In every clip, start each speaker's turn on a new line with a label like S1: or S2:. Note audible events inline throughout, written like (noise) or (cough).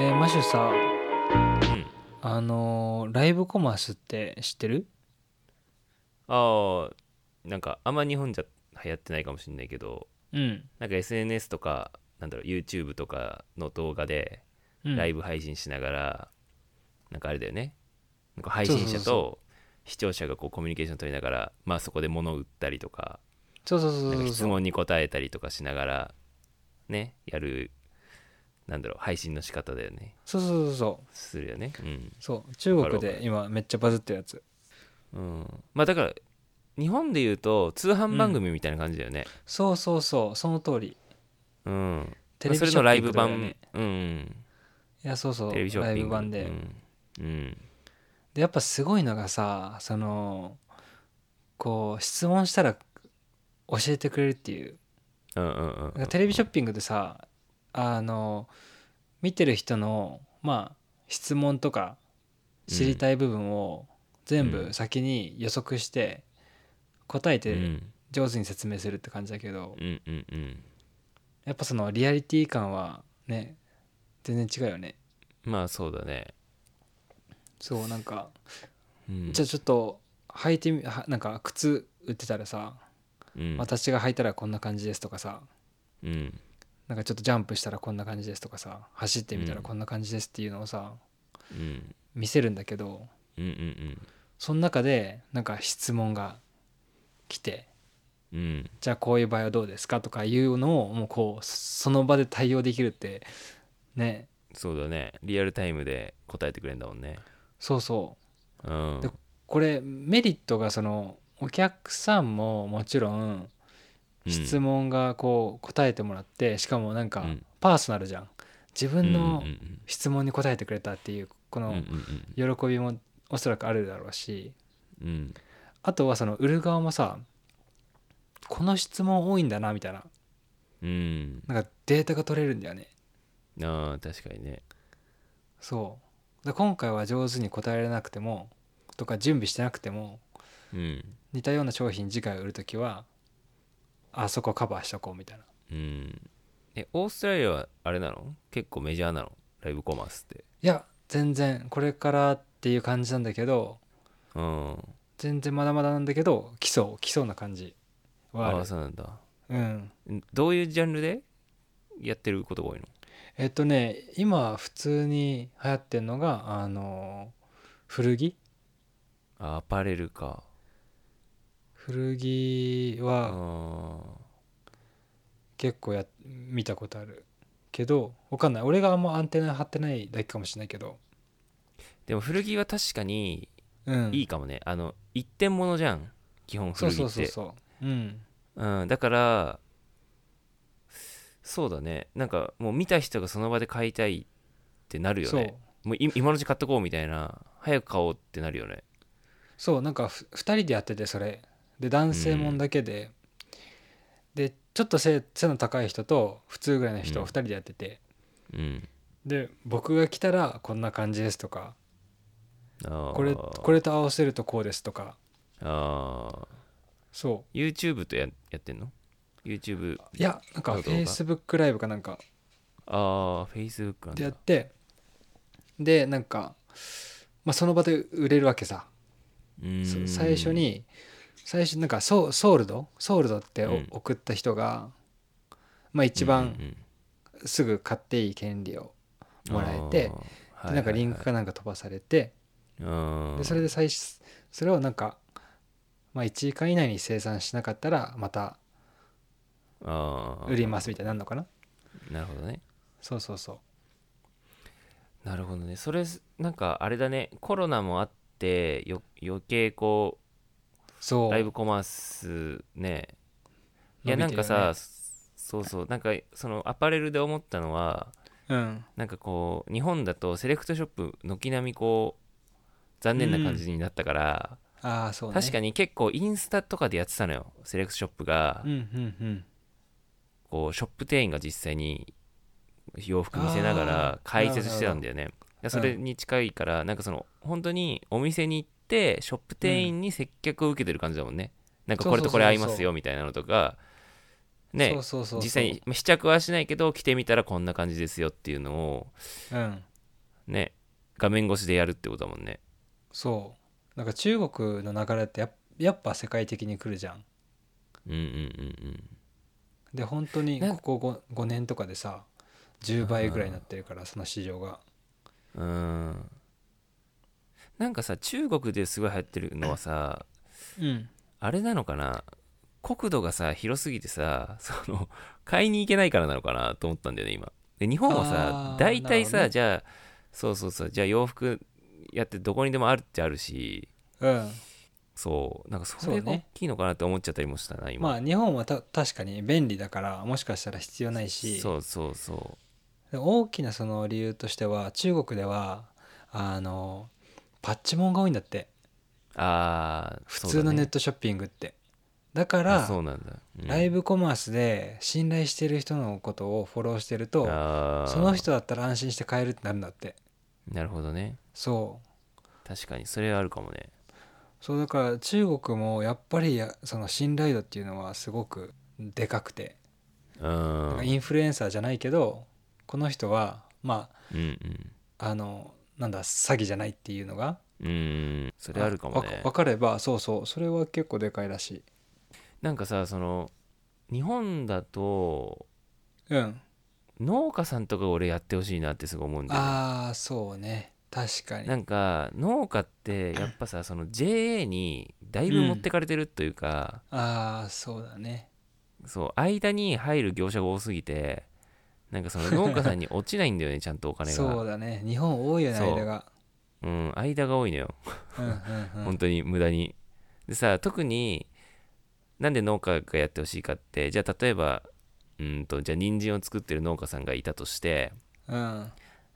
S1: えマシュさ
S2: うん
S1: あのーライブコマースって知ってる
S2: ああなんかあんま日本じゃ流行ってないかもしれないけど
S1: うん、
S2: なんか SNS とかなんだろう YouTube とかの動画で
S1: うん、
S2: ライブ配信しながら、なんかあれだよねなんか配信
S1: そうそう
S2: 者
S1: そう
S2: と視聴者がこうコミュニケーション取りながらまあそこで物を売ったりとか
S1: そうそうそう
S2: なん
S1: そ
S2: か
S1: う
S2: 質
S1: そう
S2: 問に答えたりとかしながらねやるなんだろう配信の仕方だよね
S1: そうそうそうそ
S2: するよねうん、
S1: うそう中国
S2: わかるわ
S1: で
S2: か
S1: 今めっちゃバズってるやつ
S2: うん、まあだから日本で言うと通販番組みたいな感じだよね
S1: そうそうそうその通り
S2: うん、
S1: テレ
S2: まあ
S1: ビ
S2: そ
S1: ショッ
S2: れ
S1: ピング
S2: のライブ
S1: とかだ
S2: 版、
S1: よね
S2: うん
S1: いやそうそう
S2: テレビショ
S1: ラ
S2: ッ
S1: イ
S2: ピン
S1: ブ
S2: グ
S1: 版で、
S2: うん、うん
S1: でやっぱすごいのがさそのこう質問したら教えてくれるっていう
S2: うんうんうんうん
S1: なんかテレビショッピングでさあの見てる人のまあ質問とか知りたい部分を全
S2: う
S1: 部
S2: ん
S1: 先に予測して答え
S2: う
S1: て
S2: ん
S1: 上手に説明するって感じだけど
S2: うんうんうん
S1: やっぱそのリアリティ感はね全然違うよね
S2: まあそうだね、
S1: そうなんか
S2: うん、
S1: じゃあちょっと履いてみはなんか靴売ってたらさ
S2: うん、
S1: 私が履いたらこんな感じですとかさ
S2: うん
S1: なんかちょっとジャンプしたらこんな感じですとかさ走ってみたら
S2: うん
S1: こんな感じですっていうのをさ
S2: うん
S1: 見せるんだけど
S2: うんうん
S1: その中でなんか質問が来て
S2: うんうん
S1: じゃあこういう場合はどうですかとかいうのをもうこうその場で対応できるってね
S2: そうだねリアルタイムで答えてくれんだもんね
S1: そうそう
S2: うん
S1: でこれメリットがそのお客さんももちろん質
S2: 問
S1: 問がこう答えてもらってしかもなんか
S2: うん
S1: パーソナルじゃん自分の
S2: うん
S1: 質問に答えてくれたっていうこ
S2: うんう
S1: の
S2: んうん
S1: 喜びもおそらくあるだろうし
S2: うんうん
S1: あとはその売る側もさこの質問多いんだなみたいな
S2: うん
S1: なんかデータが取れるんだよね
S2: うんああ確かにね
S1: そうで今回は上手に答えられなくてもとか準備してなくても
S2: うん
S1: 似たような商品次回売る時はあそこカバーしとこうみたいな
S2: うんえオーストラリアはあれなの結構メジャーなのライブコマースって
S1: いや全然これからっていう感じなんだけど
S2: うん
S1: 全然まだまだなんだけど基礎基礎な感じはあ
S2: あ
S1: る
S2: あそうなんだ
S1: うん
S2: んどういうジャンルでやってることが多いの
S1: えっとね今普通に流行ってるのがあの古着
S2: あアパレルか
S1: 古着
S2: あ
S1: は
S2: あ
S1: 結構や見たことあるけどわかんない俺があんまアンテナ張ってないだけかもしれないけど、
S2: でも古着は確かに
S1: うん、
S2: いいかもね、あの一点物じゃん基本
S1: そう
S2: 古着って
S1: そうそうそううん
S2: うん、だからそうだねなんかもう見た人がその場で買いたいってなるよ
S1: そう
S2: ねもうい今のうち買っとこうみたいな早く買おうってなるよね
S1: そうなんかふ2人でやっててそれで男性もんだけで、でちょっと背背の高い人と普通ぐらいの人
S2: う
S1: を
S2: ん
S1: 2人でやってて、
S2: うん
S1: で僕が来たらこんな感じですとか
S2: あ
S1: これこ
S2: れ
S1: れと合わせるとこうですとか
S2: あー
S1: そ
S2: YouTube とややってんの ?YouTube
S1: ういやなんか
S2: あ
S1: フ
S2: 動画
S1: ェイスブックライブかなんか
S2: ああ Facebook なん
S1: で
S2: だ
S1: やってでなんか、まあ、その場で売れるわけさ
S2: うーん
S1: そ最初に最初なんかソウソールドソールドってお
S2: うん
S1: 送った人が、まあ、一
S2: うんう
S1: 番
S2: ん
S1: すぐ買っていい権利を
S2: うん
S1: もらえて、
S2: あー
S1: でなんかリンク
S2: はい
S1: かなんか飛ばされて、
S2: はいはい、
S1: でそれ
S2: で
S1: で最初それをなんか、まあ、1時間以内に生産しなかったらまた売りますみたいになるのかな
S2: なるほどね
S1: そうそうそう
S2: なるほどねそれなんかあれだねコロナもあってよ余計こ
S1: そうう
S2: ライブコマースねいや
S1: 伸び
S2: なん
S1: てるよね
S2: かさそうそうなんかそのアパレルで思ったのは
S1: うん
S2: なんかこう日本だとセレクトショップ軒並みこう残念な感じになったから、
S1: ああそうね
S2: 確かに結構インスタとかでやってたのよセレクトショップが、
S1: うんうんうん
S2: こうショップ店員が実際に洋服見せながら
S1: あー
S2: 解説してたんだよねで
S1: ほ
S2: そ
S1: ど
S2: れに近いからなんかその本当にお店に行ってショップ店員に接客を受けてる感じだもんね、なんかこれとこれ合いますよみたいなのとかね
S1: そうそうそうそう
S2: 実際にまあ試着はしないけど着てみたらこんな感じですよっていうのを
S1: うん
S2: ね画面越しでやるってことだもんね
S1: そうなんか中国の流れってやっやっぱ世界的に来るじゃん
S2: うんうんうん
S1: で本当に
S2: なん
S1: ここ 5, 5年とかでさ10倍ぐらいになってるからその市場が
S2: うんうんなんかさ中国ですごい流行ってるのはさ
S1: うん
S2: あれなのかな国土がさ広すぎてさその買いに行けないからなのかなと思ったんだよね今で日本は
S1: あ
S2: さ
S1: ー
S2: 大
S1: なる
S2: 体さ、
S1: ほどね
S2: じゃあそうそうそうじゃあ洋服やってどこにでもあるってあるし
S1: うん
S2: そうなんかそ
S1: そう
S2: れ
S1: ね
S2: が大きいのかなって思っちゃったりもしたな今、
S1: まあ日本はた確かに便利だからもしかしたら必要ないし
S2: そうそうそ
S1: で大きなその理由としては中国ではあのパッチモンが多いんだって
S2: うああ
S1: 普通のネットショッピングってだ,、から
S2: そうなんだ、うん
S1: ライブコマースで信頼してる人のことをフォローしてると
S2: あー
S1: その人だったら安心して買えるってなるんだって
S2: なるほどね
S1: そう
S2: 確かにそれはあるかもね
S1: そうだから中国もやっぱりやその信頼度っていうのはすごくでかくて、
S2: うんうん
S1: インフルエンサーじゃないけどこの人はま
S2: うん
S1: ああのなんだ詐欺じゃないっていうのが
S2: うんそれあるかもね
S1: 分かればそうそうそれは結構でかいらしい
S2: なんかさその日本だと
S1: うん
S2: 農家さんとか俺やってほしいなってすごい思うんだよね
S1: ああそうね確かに
S2: なんか農家ってやっぱさその JA にだいぶ持ってかれてるというか、
S1: ああそうだね
S2: そう間に入る業者が多すぎてなんかその農家さんに落ちないん
S1: (laughs)
S2: だよねちゃんとお金が
S1: そうだね日本多いよね
S2: そう
S1: 間が
S2: うん、間が多いのよ、
S1: うんうんうん
S2: 本当に無駄にでさ特になんで農家がやってほしいかってじゃあ例えばうんとじゃあ人参を作ってる農家さんがいたとして
S1: うん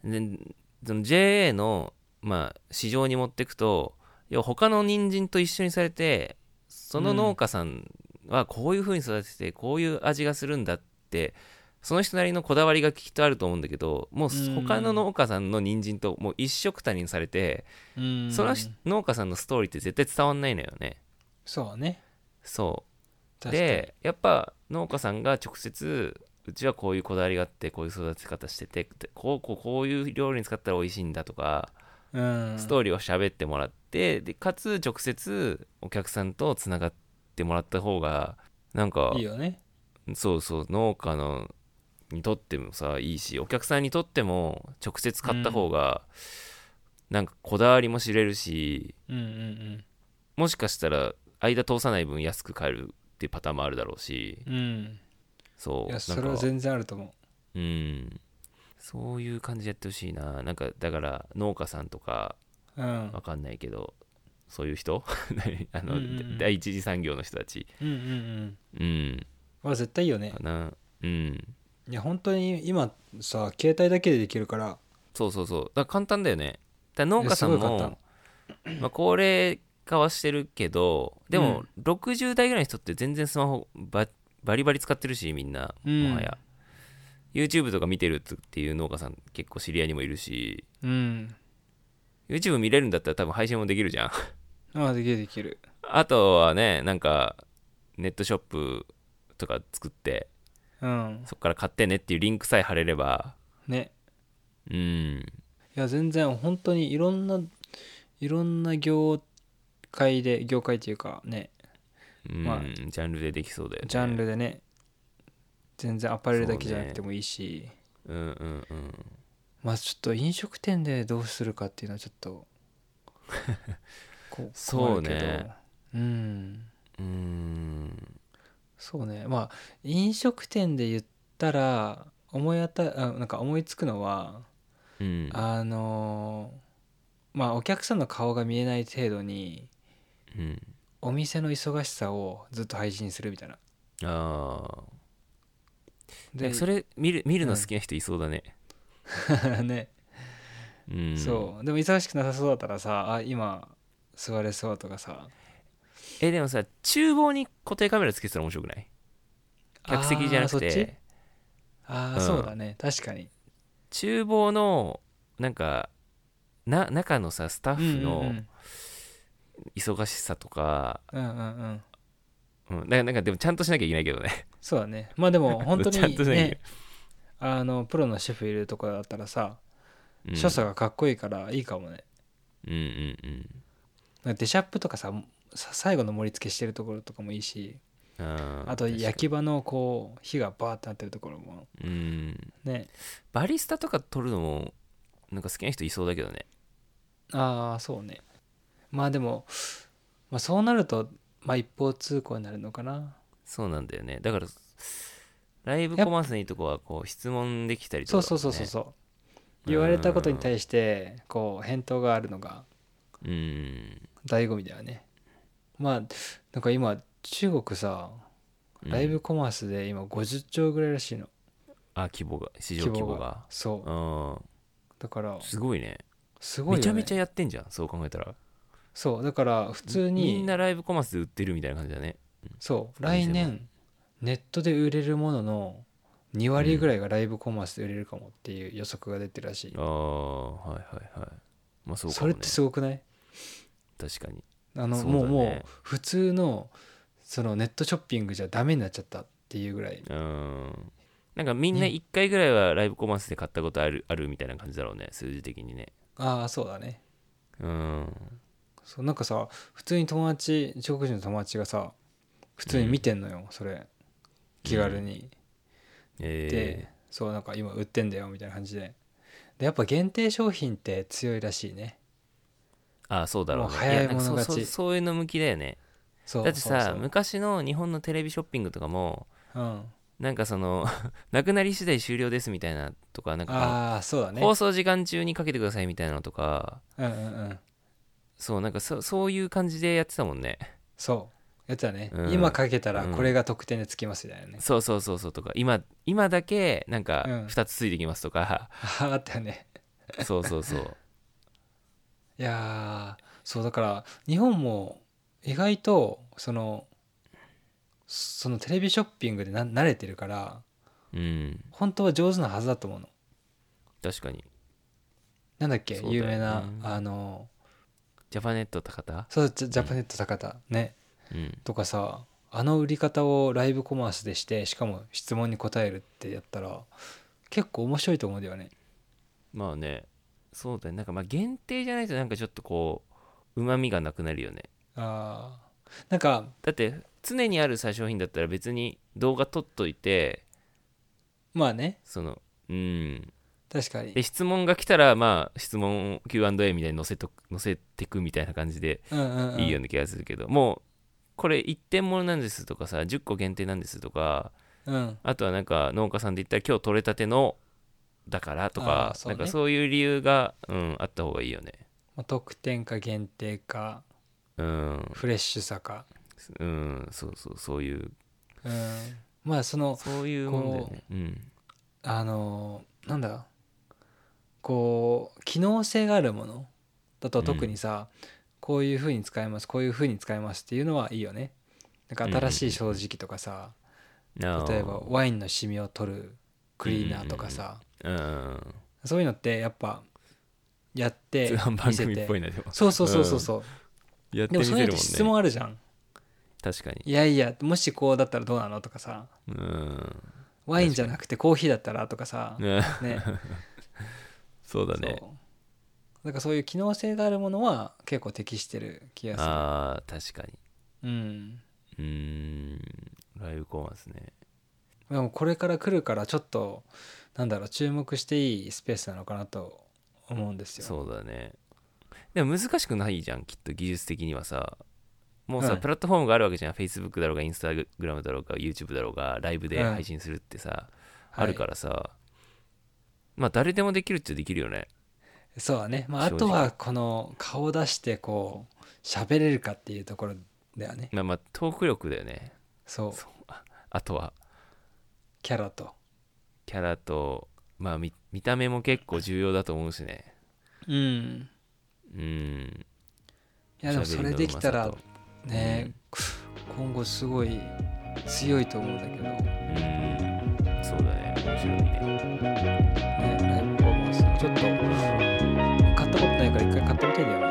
S2: でその JA の、まあ、市場に持ってくと要は他の人参と一緒にされてその農家さんはこういう風に育ててこういう味がするんだってその人なりのこだわりがきっとあると思うんだけどもう
S1: うん
S2: 他の農家さんの人参ともう一緒くたにされて
S1: うん
S2: その人農家さんのストーリーって絶対伝わんないのよね
S1: そうね
S2: そう
S1: 確かに
S2: でやっぱ農家さんが直接うちはこういうこだわりがあってこういう育て方しててってこうこうこういう料理に使ったら美味しいんだとか、
S1: うん
S2: ストーリーを喋ってもらってでかつ直接お客さんとつながってもらった方がなんか
S1: いいよね
S2: そうそう農家のにとってもさいいしお客さんにとっても直接買った方が、なんかこだわりも知れるし
S1: うんうんうん
S2: もしかしたら間通さない分安く買えるっていうパターンもあるだろうし
S1: うん、
S2: そう
S1: い
S2: なん
S1: や
S2: か
S1: それは全然あると思
S2: うんそういう感じでやってほしいななんかだから農家さんとか
S1: う、うん、うん
S2: わかんないけどそういう人 (laughs) 何あの、
S1: うんうんうん
S2: 第一次産業の人たち
S1: うんうん
S2: うん
S1: まあ絶対いいよね
S2: かなうん
S1: いや本当に今さ携帯だけでできるから
S2: そうそうそうだから簡単だよねだから農家さん
S1: いやすごい簡
S2: も、まあ、高齢化はしてるけどでも60代ぐらいの人って全然スマホババリバリ使ってるしみんな
S1: うん
S2: もはや、YouTube とか見てるっていう農家さん結構知り合いにもいるし
S1: うん、
S2: YouTube 見れるんだったら多分配信もできるじゃん (laughs)
S1: ああできるできる
S2: あとはねなんかネットショップとか作って
S1: うん
S2: そっから買ってねっていうリンクさえ貼れれば
S1: ね
S2: うん
S1: いや全然本当にいろんないろんな業界で業界っていうかね
S2: うん、
S1: まあ
S2: ジャンルでできそうだよね
S1: ジャンルでね全然アパレルだけじゃなくてもいいし、
S2: うんうんうん
S1: まあちょっと飲食店でどうするかっていうのはちょっとこ
S2: そうね
S1: 困るけどうん
S2: うーん
S1: そうねまあ飲食店で言ったら思い当たあなんか思いつくのは、
S2: うん
S1: あのーまあお客さんの顔が見えない程度に
S2: うん
S1: お店の忙しさをずっと配信するみたいな。
S2: ああ
S1: で
S2: それ見る見るの好きな人いそうだね、
S1: (laughs) ね、
S2: うん、
S1: そうでも忙しくなさそうだったらさあ今座れそうとかさ
S2: えでもさ厨房に固定カメラつけてたら面白くない客席じゃな
S1: あ
S2: く
S1: ーそっち
S2: て
S1: ああ、
S2: うん
S1: そうだね確かに
S2: 厨房のなんかな中のさスタッフ
S1: う
S2: の
S1: ん
S2: 忙しさとか、
S1: うんうん、うんうんうん
S2: うんだからなんかでもちゃんとしなきゃいけないけどね
S1: そうだ
S2: (laughs)
S1: ねまあでも本当
S2: ちゃん
S1: に
S2: としなきゃいけない
S1: ねあのプロのシェフいるとこだったらさ
S2: うん
S1: 所作がかっこいいからいいかもね
S2: うんうん
S1: なんかデシャップとかささ最後の盛り付けしてるところとかもいいし
S2: うんあー
S1: あと
S2: 確かに
S1: 焼き場のこう火がバーってなってるところも
S2: うん
S1: ね
S2: バリスタとか撮るのもなんか好きな人いそうだけどね
S1: ああそうねまあでも、まあ、そうなると、まあ、一方通行になるのかな
S2: そうなんだよねだからライブコマースのいいとこはこう質問できたりとか、
S1: そう
S2: ね、
S1: そうそうそうそう言われたことに対してこう返答があるのが
S2: ううん
S1: 醍醐味だよねまあなんか今中国さ
S2: うん
S1: ライブコマースで今50兆ぐらいらしいの
S2: あ規模が市場
S1: 規
S2: 規
S1: 模
S2: 模
S1: が
S2: が
S1: そうだから
S2: うんすごいね
S1: すごいよ
S2: め
S1: ね
S2: ちゃめちゃやってんじゃんそう考えたら
S1: そうだから普通に
S2: みんなライブコマースで売ってるみたいな感じだね
S1: そう
S2: お
S1: 来
S2: 店も
S1: 年ネットで売れるものの2割ぐらいがライブコマースで売れるかもっていう予測が出てるらしい、
S2: ああはいはいはいまあそうか
S1: そ
S2: も、ね
S1: れっ、てすごくない
S2: 確かに
S1: あの
S2: そうだね
S1: もうもう普通のそのネットショッピングじゃダメになっちゃったっていうぐらい
S2: うんなんかみんな1回ぐらいはライブコマースで買ったことあるあるみたいな感じだろうね数字的にね
S1: ああそうだね
S2: うん
S1: そうなんかさ普通に友達中国人の友達がさ普通に見てんのよ、それ気軽に、で
S2: え
S1: そうなんか今売ってんだよみたいな感じででやっぱ限定商品って強いらしいね
S2: ー、ああそうだろう
S1: も
S2: ね
S1: う早い
S2: やなんか
S1: 者勝
S2: そう
S1: ち
S2: そうそういうの向きだよね
S1: そう
S2: だってさ
S1: そうそう
S2: 昔の日本のテレビショッピングとかも
S1: うん、
S2: なんかその (laughs) なくなり次第終了ですみたいなとかなんか
S1: ああそうだ
S2: この
S1: ね
S2: 放送時間中にかけてくださいみたいなのとか
S1: うんうんうん
S2: そうなんかそそういう感じでやってたもんね
S1: そうやつはね、
S2: うん
S1: 今かけたらこれが得点でつきますみたいな
S2: (laughs)
S1: ね、
S2: そうそうそうそうとか今今だけなんか
S1: うん
S2: 2つついてきますと
S1: あ
S2: か、
S1: あったよね
S2: そうそうそう
S1: いやーそうだから日本も意外とそのそのテレビショッピングでな慣れてるから
S2: うん
S1: 本当は上手なはずだと思うの
S2: 確かに
S1: なんだっけ
S2: そうだよ
S1: 有
S2: ね
S1: 名なあの
S2: ジャパネット高田
S1: そうジャジャパネット高田ね
S2: うん
S1: とかさあの売り方をライブコマースでしてしかも質問に答えるってやったら結構面白いと思うんだよね
S2: まあねそうだねなんかまあ限定じゃないとなんかちょっとこううまみがなくなるよね
S1: あーなんか
S2: だって常にあるさ商品だったら別に動画撮っといて
S1: まあね
S2: そのうん
S1: 確かに
S2: で質問が来たらまあ質問 Q&A みたいに載せとく載せてくみたいな感じで
S1: うんうんうん
S2: いいような気がするけど、もうこれ1点ものなんですとかさ10個限定なんですとか
S1: うん
S2: あとはなんか農家さんで言ったら今日取れたてのだからと
S1: あー
S2: か、
S1: そう
S2: な
S1: ね
S2: んかそういう理由が、うん、あった方がいいよね
S1: まあ特典か限定か
S2: うん、
S1: フレッシュさか
S2: うん、そうそうそういう
S1: うんまあその
S2: そういうもんだよねうん
S1: あのーなんだこう機能性があるものだと特にさ、こういう風に使えますこういう風に使えますっていうのはいいよねなんか新しい掃除機とかさ、
S2: あー
S1: 例えばワインのシミを取るクリーナーとかさ、
S2: うん
S1: そういうのってやっぱやって
S2: (laughs) 通販番
S1: 見せ
S2: 組ってぽいなでも
S1: そうそうそうそうそう、
S2: やって
S1: でも
S2: み
S1: そ
S2: せ
S1: う
S2: る
S1: いうのって
S2: もんね
S1: 質問あるじゃん
S2: 確かに
S1: いやいやもしこうだったらどうなのとかさ
S2: うん
S1: ワインじゃなくてコーヒーだったらとかさね
S2: ね (laughs) そうだね
S1: そうなんかそういう機能性があるものは結構適してる気が
S2: あー確かに
S1: するうん
S2: うーんライブコマースね
S1: でもこれから来るからちょっとなんだろう注目していいスペースなのかなと思うんですよ
S2: そうだねでも難しくないじゃんきっと技術的にはさもうさ、
S1: はい
S2: プラットフォームがあるわけじゃん Facebook だろうが Instagram だろうが YouTube だろうがライブで
S1: はい
S2: 配信するってさ、
S1: はい
S2: あるからさ、まあ誰でもできるっちゃできるよね
S1: そうだね、まあ、あ
S2: 正直
S1: とはこの顔を出してこう喋れるかっていうところだよね
S2: まあまあトーク力だよね
S1: そう
S2: そうあとは
S1: キャラと
S2: キャラとまあ見見た目も結構重要だと思うしね
S1: うん
S2: うん
S1: いやでもそれできたら
S2: 喋りのうまさ
S1: ね、今後すごい強いと思うんだけど、ね、
S2: とうんそうだね面白いね
S1: ライブパフォーマンスちょっと買ったことないから一回買ってみたいんだよね